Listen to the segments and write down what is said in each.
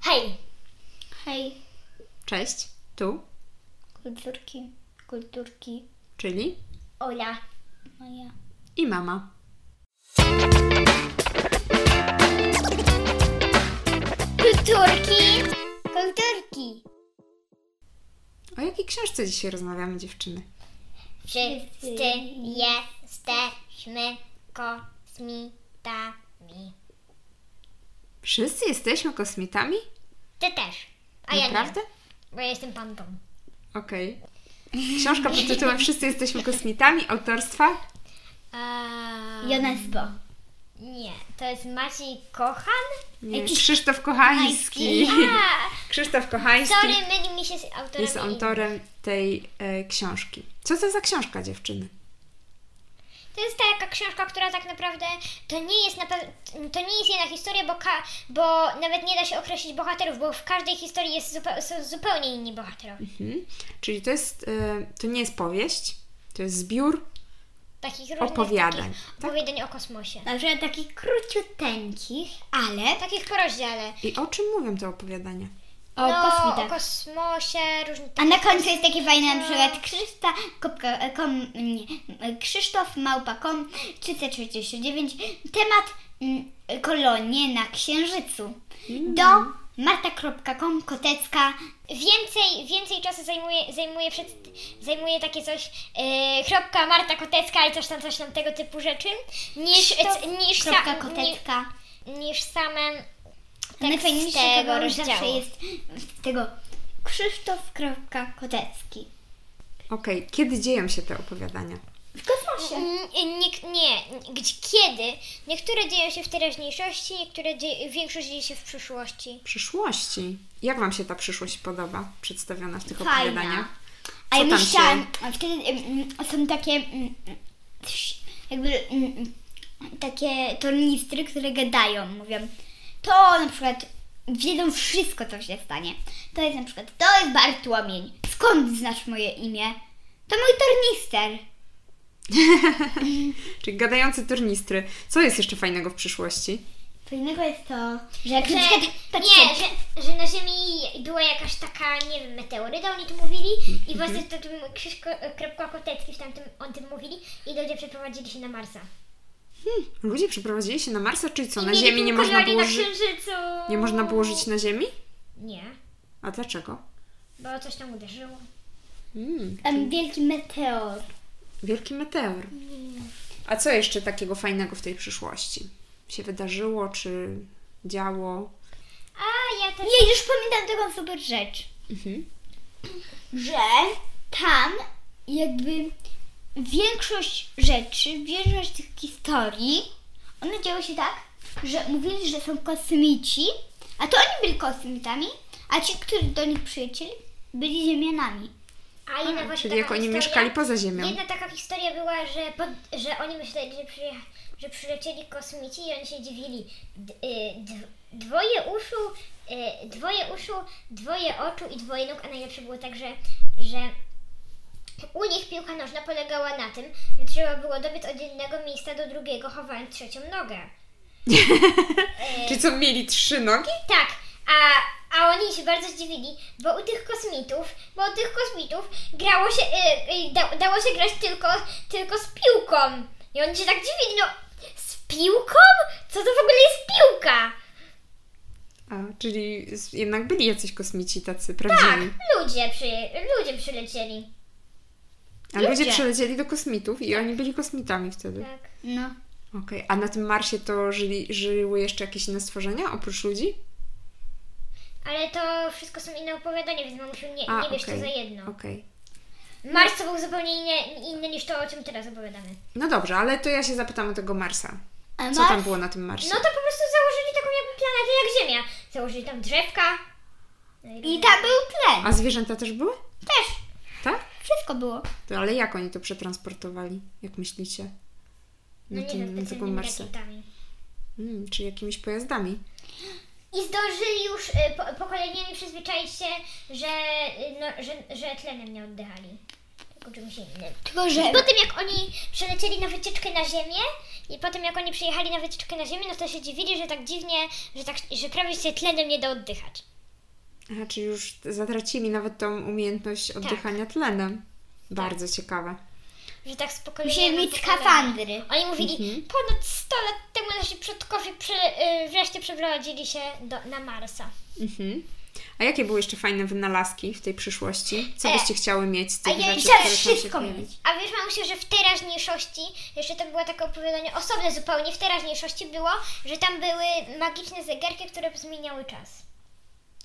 Hej, Hej, Cześć, tu, kulturki, kulturki, czyli Ola. moja. i mama. Kulturki. Kulturki! O jakiej książce dzisiaj rozmawiamy, dziewczyny? Wszyscy jesteśmy kosmitami. Wszyscy jesteśmy kosmitami? Ty też. A ja Naprawdę? nie, bo ja jestem panką. Okej. Książka pod tytułem Wszyscy jesteśmy kosmitami autorstwa Eee, Jonesbo. Nie, to jest Maciej Kochan? nie, Krzysztof Kochański. A, Krzysztof Kochański sorry, myli mi się z autorem. jest imienia. autorem tej e, książki. Co to za książka, dziewczyny? To jest taka książka, która tak naprawdę to nie jest na pew- to nie jest jedna historia, bo, ka- bo nawet nie da się określić bohaterów, bo w każdej historii jest zupe- są zupełnie inni bohaterowie. Mhm. Czyli to jest, e, to nie jest powieść, to jest zbiór Takich różnych opowiadań. takich Tak? opowiadań o kosmosie. Na przykład takich króciuteńkich, ale Takich po rozdziale. I o czym mówią te opowiadania? o no, kosmitach. o kosmosie, różnych A na końcu jest takie fajne, na przykład Krzyszta, kopka, e, kom, nie, e, Krzysztof Małpa.com 369 temat mm, kolonie na Księżycu Mm. do marta.com kotecka Więcej, więcej czasu zajmuje, zajmuje, przed, zajmuje takie coś, yy, chrobka Marta Kotecka i coś tam, coś tam tego typu rzeczy, niż, Krzysztof niż, kropka sa, ni, kotecka. niż same teksty Najfajniejsze tego tego zawsze rozdziału. jest z tego Krzysztof kropka kotecki. Okej, kiedy dzieją się te opowiadania? W Mm, kosmosie. N- Nie, y, nie, gdzie, kiedy? Niektóre dzieją się w teraźniejszości, niektóre dzieje, większość dzieje się w przyszłości. przyszłości. Jak Wam się ta przyszłość podoba, przedstawiona w tych Fajna. opowiadaniach? A ja Co tam myślałam, a wtedy mm, są takie mm, trz- jakby mm, takie tornistry, które gadają, mówią to na przykład wiedzą wszystko, co się stanie. To jest na przykład, to jest Bartłomień. Skąd znasz moje imię? To mój tornister. Czyli gadający turnistry. Co jest jeszcze fajnego w przyszłości? Co innego jest to, że jak Że, na przykład, tak tak patrzcie, nie, że, że na Ziemi była jakaś taka, nie wiem, meteoryda, oni tu mówili Mhm. i właśnie to tym Krzyszko, Kropka Kotecki w tamtym, on tym mówili i ludzie przeprowadzili się na Marsa. Ludzie przeprowadzili się na Marsa, czyli co? I No, Na mieli tak Ziemi nie pół można, kolorii było na ży- księżycu. nie można było żyć na Ziemi? Nie, A dlaczego? bo coś tam uderzyło. Mm, tam wielki meteor. wielki meteor. A co jeszcze takiego fajnego w tej przyszłości? Się wydarzyło, czy działo? A ja też... Nie, już pamiętam taką super rzecz. Mhm. Że tam jakby większość rzeczy, większość tych historii, one działy się tak, że mówili, że są kosmici, a to oni byli kosmitami, a ci, którzy do nich przyjechali, byli ziemianami. A jedna właśnie Czyli jak taka oni historia- mieszkali poza Ziemią. Jedna taka historia była, że, pod, że oni myśleli, że, przyjecha, że przylecieli kosmici i oni się dziwili. D, y, d, dwoje uszu, y, dwoje uszu, dwoje oczu i dwoje nóg, a najlepsze było tak, że, że u nich piłka nożna polegała na tym, że trzeba było dobiec od jednego miejsca do drugiego, chowając trzecią nogę. Czy co, mieli trzy nogi? Tak, a, a oni się bardzo zdziwili, bo u tych kosmitów, bo u tych kosmitów grało się, y, y, da, dało się grać tylko, tylko z piłką. I oni się tak dziwili, no z piłką? Co to w ogóle jest piłka? A, czyli z- jednak byli jacyś kosmici tacy Tak, prawdziwi. ludzie, przy, ludzie przylecieli. A ludzie Ludzie. przylecieli do kosmitów i oni byli kosmitami wtedy. Tak. No. Okej, a na tym Marsie to żyli, żyły jeszcze jakieś inne stworzenia oprócz ludzi? Ale to wszystko są inne opowiadania, więc mamusiu, nie, A, nie wiesz co okej. za jedno. Okej. Mars to był zupełnie inny, inny niż to, o czym teraz opowiadamy. No dobrze, ale to ja się zapytam o tego Marsa. A Co tam było na tym Marsie? No to po prostu założyli taką jakby planetę jak Ziemia. Założyli tam drzewka. No I tam był tlen. A zwierzęta też były? Też Tak? wszystko było. To, ale jak oni to przetransportowali? Jak myślicie? No nie wiem, na tego specjalnymi Marsa. rakietami. Mm, czy jakimiś pojazdami? I zdążyli już y, po, pokoleniami przyzwyczaić się, że, y, no, że, że tlenem nie oddychali. Tylko czymś innym. Tylko, że... I po tym jak oni przelecieli na wycieczkę na Ziemię i po tym jak oni przyjechali na wycieczkę na Ziemię, no to się dziwili, że tak dziwnie, że, tak, że prawie się tlenem nie da oddychać. Aha, czyli już zatracili nawet tą umiejętność oddychania Tak. tlenem. Bardzo ciekawe. Że tak spokojnie. Musimy mieć skafandry. Oni mówili, ponad 100 lat temu nasi przodkowie prze, y, wreszcie przeprowadzili się do, na Marsa. Mhm. A jakie były jeszcze fajne wynalazki w tej przyszłości? Co byście chciały mieć z tych a ja rzeczy, chciałam które tam się wszystko pojawi- mieć. A wiesz, mamusiu, że w teraźniejszości, jeszcze to było takie opowiadanie osobne zupełnie, w teraźniejszości było, że tam były magiczne zegarki, które zmieniały czas.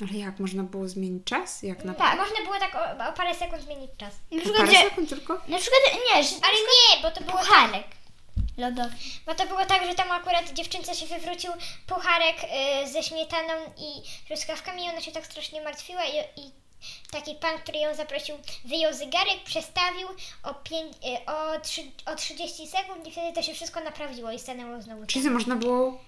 Ale jak można było zmienić czas? Jak na Tak. Można było tak o, o parę sekund zmienić czas. Na na przykład, parę że, sekund tylko? na przykład nie, że Ale nie, bo to było pucharek lodowy. Bo to było tak, że tam akurat dziewczynce się wywrócił pucharek y, ze śmietaną i truskawkami i ona się tak strasznie martwiła i, i taki pan, który ją zaprosił, wyjął zegarek, przestawił o, pięć, y, o, trzy, o 30 sekund i wtedy to się wszystko naprawiło i stanęło znowu Czyli tak. to można było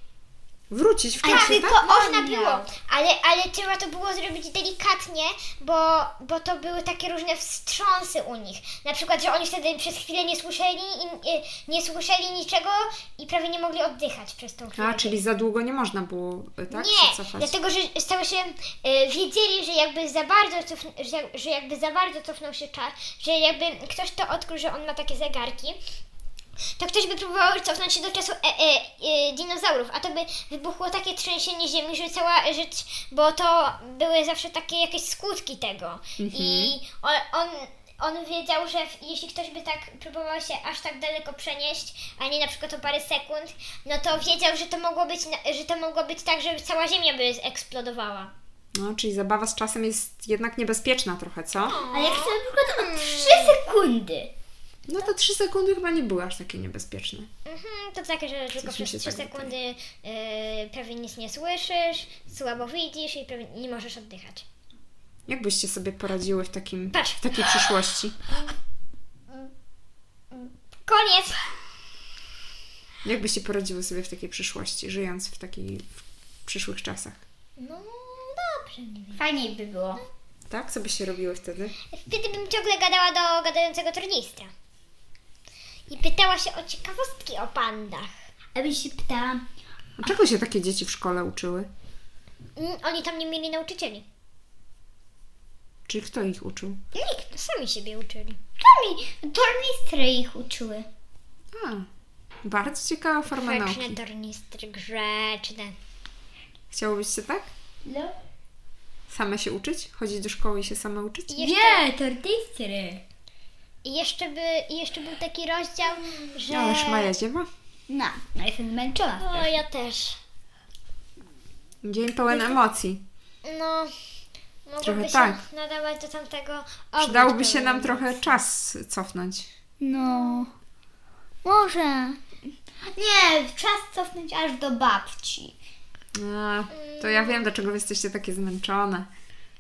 wrócić w Ale czasie, tylko tak? Można ona. było, ale, ale trzeba to było zrobić delikatnie, bo, bo to były takie różne wstrząsy u nich. Na przykład, że oni wtedy przez chwilę nie słyszeli, i, y, nie słyszeli niczego i prawie nie mogli oddychać przez tą chwilę. A, czyli za długo nie można było, y, tak? się Nie, cofać. dlatego że stało się, e, wiedzieli, że jakby za bardzo cofnął, że, jak- że jakby za bardzo cofnął się czas, że jakby ktoś to odkrył, że on ma takie zegarki, to ktoś by próbował cofnąć się do czasu e, e, e, dinozaurów, a to by wybuchło takie trzęsienie ziemi, że cała rzecz, bo to były zawsze takie jakieś skutki tego. Mhm. I on, on, on wiedział, że w- jeśli ktoś by tak próbował się aż tak daleko przenieść, a nie na przykład o parę sekund, no to wiedział, że to mogło być, na- że to mogło być tak, że cała Ziemia by eksplodowała. No, czyli zabawa z czasem jest jednak niebezpieczna trochę, co? Ale jak to na przykład o 3 sekundy. No to trzy sekundy chyba nie były aż takie niebezpieczne. Mhm, to takie, że tylko mi przez się 3 tak sekundy yy, prawie nic nie słyszysz, słabo widzisz i prawie nie możesz oddychać. Jak byście sobie poradziły w, takim, Patrz. w takiej przyszłości? Koniec! Jak byście poradziły sobie w takiej przyszłości, żyjąc w takiej w przyszłych czasach? No dobrze, nie wiem. Fajniej by było. Tak? Co byście robiły wtedy? Wtedy bym ciągle gadała do gadającego turnista. I pytała się o ciekawostki o pandach. A bym się pytała, A czego się takie dzieci w szkole uczyły? Mm, Oni tam nie mieli nauczycieli. Czyli kto ich uczył? Nikt. no, Sami siebie uczyli. to mi tornistry ich uczyły. A, bardzo ciekawa forma Grzeczne nauki. tornistry, grzeczne. Chciałobyście tak? No. Same się uczyć? Chodzić do szkoły i się same uczyć? I jeszcze, Nie, tornistry. i jeszcze, by, i jeszcze był taki rozdział, że... Ależ Maja ziewa. No, no jestem zmęczona. O, ja też. Dzień pełen emocji. No, mogłoby się tak. nadawać do tamtego Przydałby ogród się nam pełen. trochę czas cofnąć. No. Może. Nie, czas cofnąć aż do babci. A, to ja wiem, dlaczego wy jesteście takie zmęczone.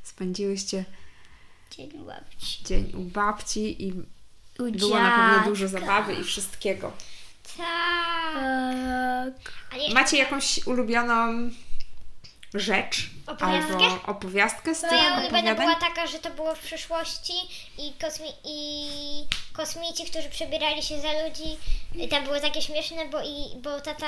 Spędziłyście Dzień babci. dzień u babci i U było na pewno dużo zabawy i wszystkiego. Tak. Tak. A nie, Macie jakąś ulubioną rzecz Opowiastkę? albo opowiastkę z tych Moja ulubiona opowiadań? była taka, że to było w przyszłości i, kosmi- i kosmici, którzy przebierali się za ludzi, y, tam było takie śmieszne, bo, i, bo, tata,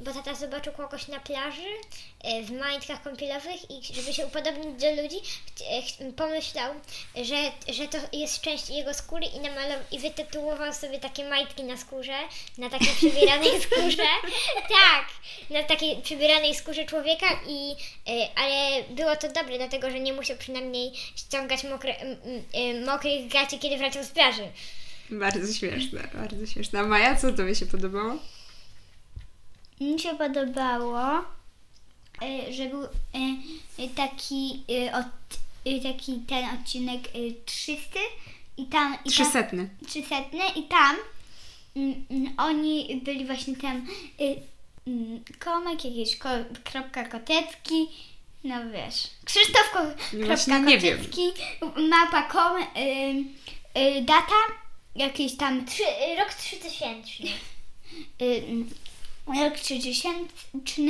bo tata zobaczył kogoś na plaży y, w majtkach kąpielowych i żeby się upodobnić do ludzi, ch- e, ch- pomyślał, że, że to jest część jego skóry i, namalował, i wytytułował sobie takie majtki na skórze, na takiej przebieranej skórze. Tak, na takiej przebieranej skórze człowieka i y, ale było to dobre, dlatego że nie musiał przynajmniej ściągać mokre, m, m, y, mokrych gaci, kiedy wracał z plaży. Bardzo śmieszne, bardzo śmieszne. A Maja, co tobie się podobało? Mi się podobało, y, że był y, y, taki, y, od, y, taki ten odcinek y, 300 i tam... I tam Trzysetny. 300 i tam mm, mm, oni byli właśnie tam y, mm, Komek, jakieś ko, kropka kotecki, no wiesz, Krzysztof ko, No kropka właśnie nie wiem. kotecki, mapa kom, y, y, data, jakieś tam Trzy, y, rok 3000. y, mm, rok 30, y,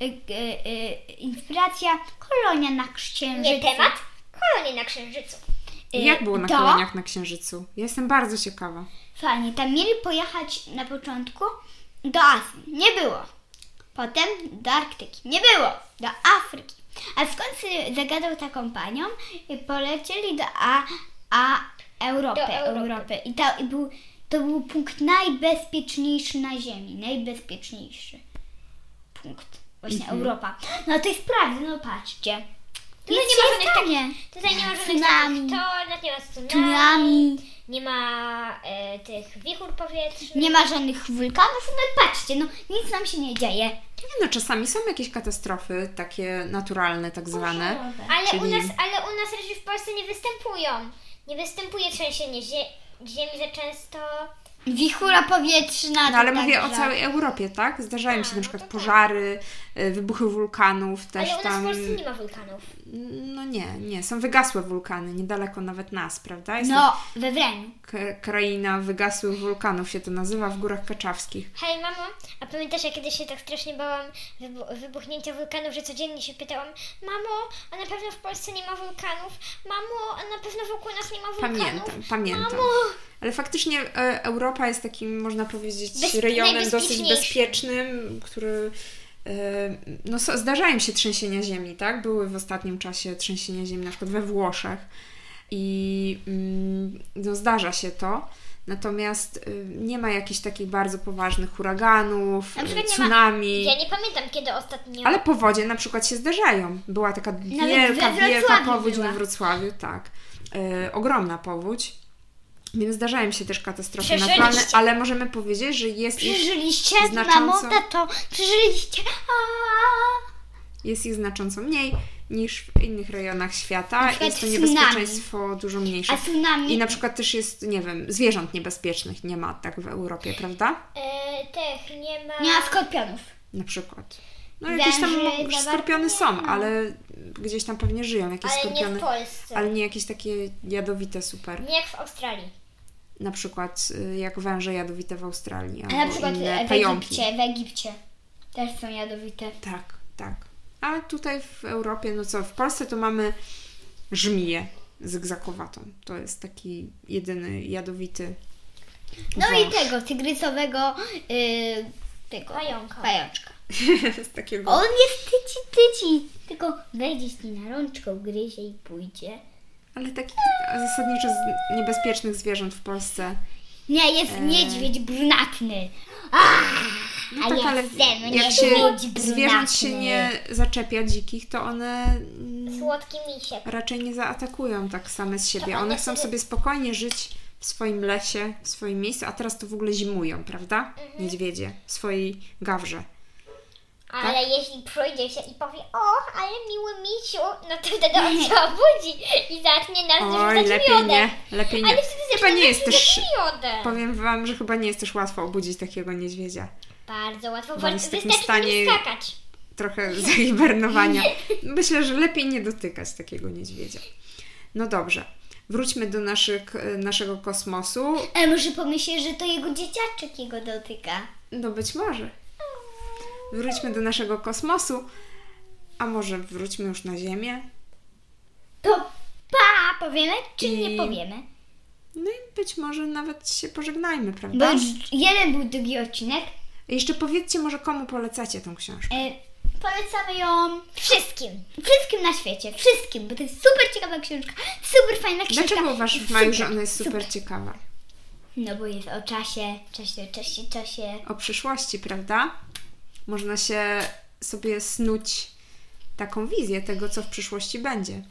y, y, inspiracja, kolonia na księżycu. Nie temat? Kolonie na księżycu. Y, Jak było na do- koloniach na Księżycu? Ja jestem bardzo ciekawa. Fajnie, tam mieli pojechać na początku do Azji. Nie było. Potem do Arktyki. Nie było. Do Afryki. A skąd sy- zagadał taką panią i polecieli do A, A Europy, Do Europy. Europy. I, to, i był, to był punkt najbezpieczniejszy na Ziemi. Najbezpieczniejszy punkt. Właśnie Mhm. Europa. No to jest prawda, no patrzcie. Tutaj Nic nie ma się żadnych tak- stanie. Tutaj nie ma żadnych Tsunami. takich tornad, nie ma tsunami, Tsunami. nie ma e, tych wichur powietrznych. Nie ma żadnych wulkanów, no i patrzcie, no nic nam się nie dzieje. Nie No, czasami są jakieś katastrofy takie naturalne, tak zwane. Boże. Ale, u Czyli- nas, ale u nas rzeczy w Polsce nie występują. Nie występuje trzęsienie zie ziemi za często. Wichura powietrzna. No ale to mówię o także. całej Europie, tak? Zdarzają się A, na no przykład to tak. pożary, y, wybuchy wulkanów też ale u nas tam. w Polsce nie ma wulkanów. No nie, nie. Są wygasłe wulkany, niedaleko nawet nas, prawda? Jest No, we Wreniu. k- kraina wygasłych wulkanów się to nazywa w górach kaczawskich. Hej mamo, a pamiętasz jak kiedyś się tak strasznie bałam wybu- wybuchnięcia wulkanów, że codziennie się pytałam Mamo, a na pewno w Polsce nie ma wulkanów? Mamo, a na pewno wokół nas nie ma wulkanów? Pamiętam, pamiętam. Mamo! Ale faktycznie e, Europa jest takim, można powiedzieć, Bezp- rejonem dosyć najbezpieczniejszym. bezpiecznym, który. e, No, so- zdarzają się trzęsienia ziemi, tak? Były w ostatnim czasie trzęsienia ziemi, na przykład we Włoszech. I mm, no, zdarza się to. Natomiast y, nie ma jakichś takich bardzo poważnych huraganów, Na przykład y, nie ma- tsunami. Ja nie pamiętam kiedy ostatnio. Ale powodzie na przykład się zdarzają. Była taka we wielka, Wrocławiu wielka powódź była. we Wrocławiu, tak. E, ogromna powódź. Więc zdarzają się też katastrofy Przeżyliście. naturalne, ale możemy powiedzieć, że jest ich, Przeżyliście, Znacząco. mamo, tato, przeżyliście. Aaa. jest ich znacząco mniej niż w innych rejonach świata. przykład Jest to tsunami. niebezpieczeństwo dużo mniejsze. A tsunami. I na przykład też jest, nie wiem, zwierząt niebezpiecznych nie ma tak w Europie, prawda? E, tych nie ma. Nie ma skorpionów. Na przykład. No jakieś tam Węży mo- za skorpiony bardzo nie są, ma. ale gdzieś tam pewnie żyją jakieś ale nie skorpiony. w Polsce. ale nie jakieś takie jadowite super. Nie jak w Australii. na przykład y, jak węże jadowite w Australii. A na albo przykład inne w pająki. Egipcie, w Egipcie też są jadowite. Tak, tak. A tutaj w Europie, no co, w Polsce to mamy żmiję zygzakowatą. To jest taki jedyny jadowity. No i wąż. tego tygrysowego yy, tego Pająka. pajączka. tak. Z takiego. On jest tyci, tyci. Tylko wejdzie ci na rączkę, ugryzie i pójdzie. Ale takich zasadniczo z niebezpiecznych zwierząt w Polsce. Nie, jest niedźwiedź brunatny. Eee. No A tak, ja ale chcę, no jak nie się chodź, zwierząt się brunatny. nie zaczepia dzikich, to one mm, Słodki misiek. raczej nie zaatakują tak same z siebie. one One chcą sobie- sobie spokojnie żyć w swoim lesie, w swoim miejscu, a teraz to w ogóle zimują, prawda? Mhm. Niedźwiedzie w swojej gawrze. Tak? Ale jeśli przyjdzie się i powie, o, ale miły misiu, no to wtedy on się obudzi i zacznie nas Oj, rzucać lepiej miodem. nie, lepiej nie. Ale wtedy Chyba zaczyna nie jest też, rzucać miodem. powiem Wam, że chyba nie jest też łatwo obudzić takiego niedźwiedzia. Bardzo łatwo, Bo bo on jest w takim wystarczy stanie... stanie- znaczy, skakać. Trochę zahibernowania. Myślę, że lepiej nie dotykać takiego niedźwiedzia. No dobrze, wróćmy do naszych, y, naszego kosmosu. Ale może pomyśleć, że to jego dzieciaczek jego dotyka. No być może. Wróćmy do naszego kosmosu, a może wróćmy już na Ziemię. To pa, powiemy czy I- nie powiemy? No i być może nawet się pożegnajmy, Bo prawda? już jeden był drugi odcinek. Jeszcze powiedzcie może komu polecacie tą książkę. E, polecamy ją Wszystkim. wszystkim na świecie, wszystkim, bo to jest super ciekawa książka, super fajna książka. Dlaczego uważasz, Maju, że ona jest super ciekawa? No bo jest o czasie, czasie, czasie, czasie. O przyszłości, prawda? Można się sobie snuć taką wizję tego, co w przyszłości będzie.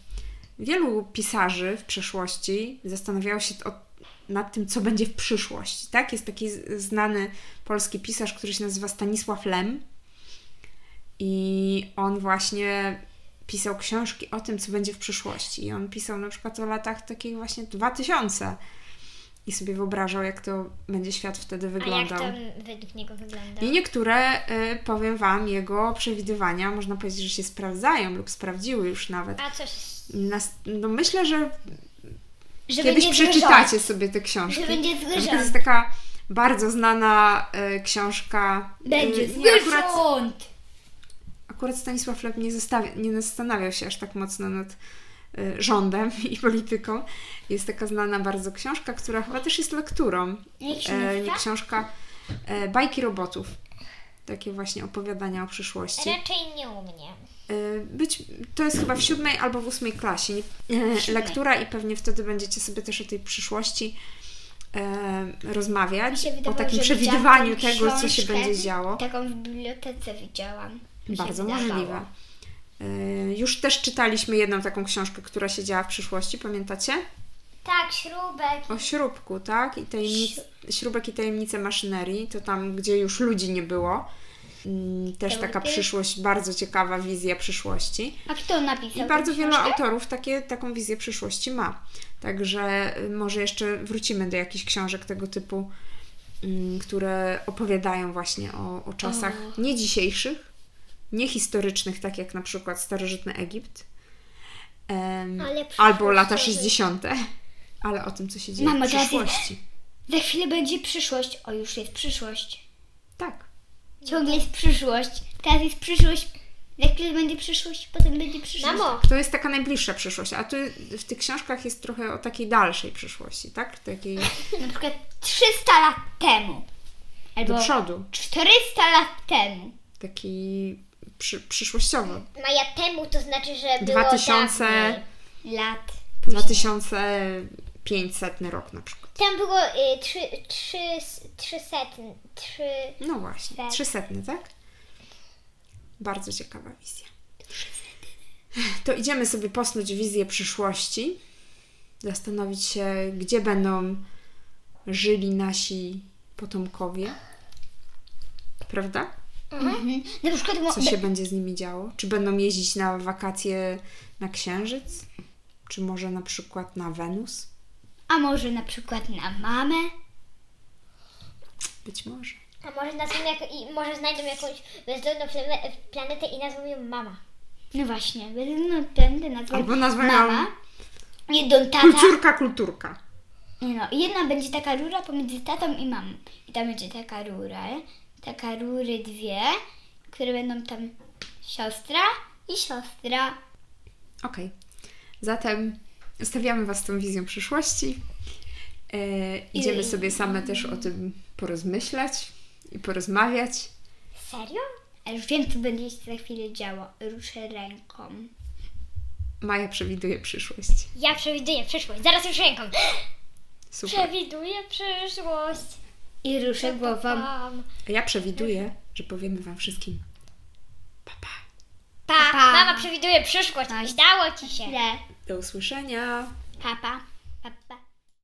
Wielu pisarzy w przeszłości zastanawiało się o, nad tym, co będzie w przyszłości. Tak? Jest taki z- znany polski pisarz, który się nazywa Stanisław Lem. I on właśnie pisał książki o tym, co będzie w przyszłości. I on pisał na przykład o latach takich właśnie 2000 i sobie wyobrażał, jak to będzie świat wtedy A jak wyglądał. to według niego wygląda? I niektóre, y, powiem Wam, jego przewidywania, można powiedzieć, że się sprawdzają lub sprawdziły już nawet. A coś, Nas, no myślę, że Że kiedyś będzie przeczytacie zgryzot. sobie te książki. Że będzie Na przykład zgryzot. jest taka bardzo znana y, książka. y, Będzie nie, akurat, zgryząt. akurat Stanisław Lep nie, zastawia, nie zastanawiał się aż tak mocno nad y, rządem i polityką. Jest taka znana bardzo książka, która chyba też jest lekturą. Jak się E, nie, nazywa? książka y, e, Bajki robotów. Takie właśnie opowiadania o przyszłości. raczej nie u mnie. Y, Być, to jest chyba w siódmej albo w ósmej klasie. Nie, e, siódmej. lektura i pewnie wtedy będziecie sobie też o tej przyszłości e, Mi rozmawiać. się o wydawało, takim że przewidywaniu widziałam tego, co się książkę. będzie działo. Taką w bibliotece widziałam. Mi się Bardzo wydawało. możliwe. Y, Już też czytaliśmy jedną taką książkę, która się działa w przyszłości, pamiętacie? Tak, śrubek. O śrubku, tak? I tajemnic... Śrubek i tajemnice maszynerii, to tam, gdzie już ludzi nie było. Mm, Też taka Teorie. przyszłość, bardzo ciekawa wizja przyszłości. A kto napisał? I tę bardzo wielu książkę? autorów takie, taką wizję przyszłości ma. Także y, może jeszcze wrócimy do jakichś książek tego typu, mm, które opowiadają właśnie o, o czasach nie dzisiejszych, nie historycznych, tak jak na przykład starożytny Egipt, em, Ale przyszłość albo lata też jest. 60., ale o tym, co się dzieje Mamo, w teraz jest- przyszłości. Za chwilę będzie przyszłość. O, już jest przyszłość. Tak. Ciągle jest przyszłość. Teraz jest przyszłość. Za chwilę będzie przyszłość, potem będzie przyszłość. Mamo, To jest taka najbliższa przyszłość, a tu w tych książkach jest trochę o takiej dalszej przyszłości, tak? Takiej Na przykład 300 lat temu. do Albo przodu, 400 lat temu. takiej przy, przyszłościowo. Maja temu to znaczy, że było 2000, dawniej. Lat. 2500 rok na przykład. Tam było y, trzy, trzy, trzy setny, trzy... No właśnie, Tak. 300, tak? Bardzo ciekawa wizja. To idziemy sobie posnuć wizję przyszłości, zastanowić się, gdzie będą żyli nasi potomkowie. Prawda? Mhm. Na przykład mo- Co się będzie z nimi działo? Czy będą jeździć na wakacje na Księżyc? Czy może na przykład na Wenus? A może na przykład na mamę? Być może. A może, nazwą jak, i może znajdą jakąś bezludną plane- planetę i nazwą ją mama. No właśnie, no tędy nazwał Albo nazwę mama. ją- Jedną tata. Kulturka, kulturka. Nie no, jedna będzie taka rura pomiędzy tatą i mamą. I tam będzie taka rura, taka rury dwie, które będą tam siostra i siostra. Okej. Zatem stawiamy Was z tą wizją przyszłości. E, idziemy sobie same też o tym porozmyślać i porozmawiać. Serio? A już wiem, co będzie się za chwilę działo. Ruszę ręką. Maja przewiduje przyszłość. Ja przewiduję przyszłość. Zaraz już ręką. Super. Przewiduję przyszłość. I ruszę głową. Pam. A Ja przewiduję, że powiemy Wam wszystkim. Pa, pa. Pa, Pa. mama przewiduje przyszłość. Tak. Udało ci się. Źle. Do usłyszenia. Papa.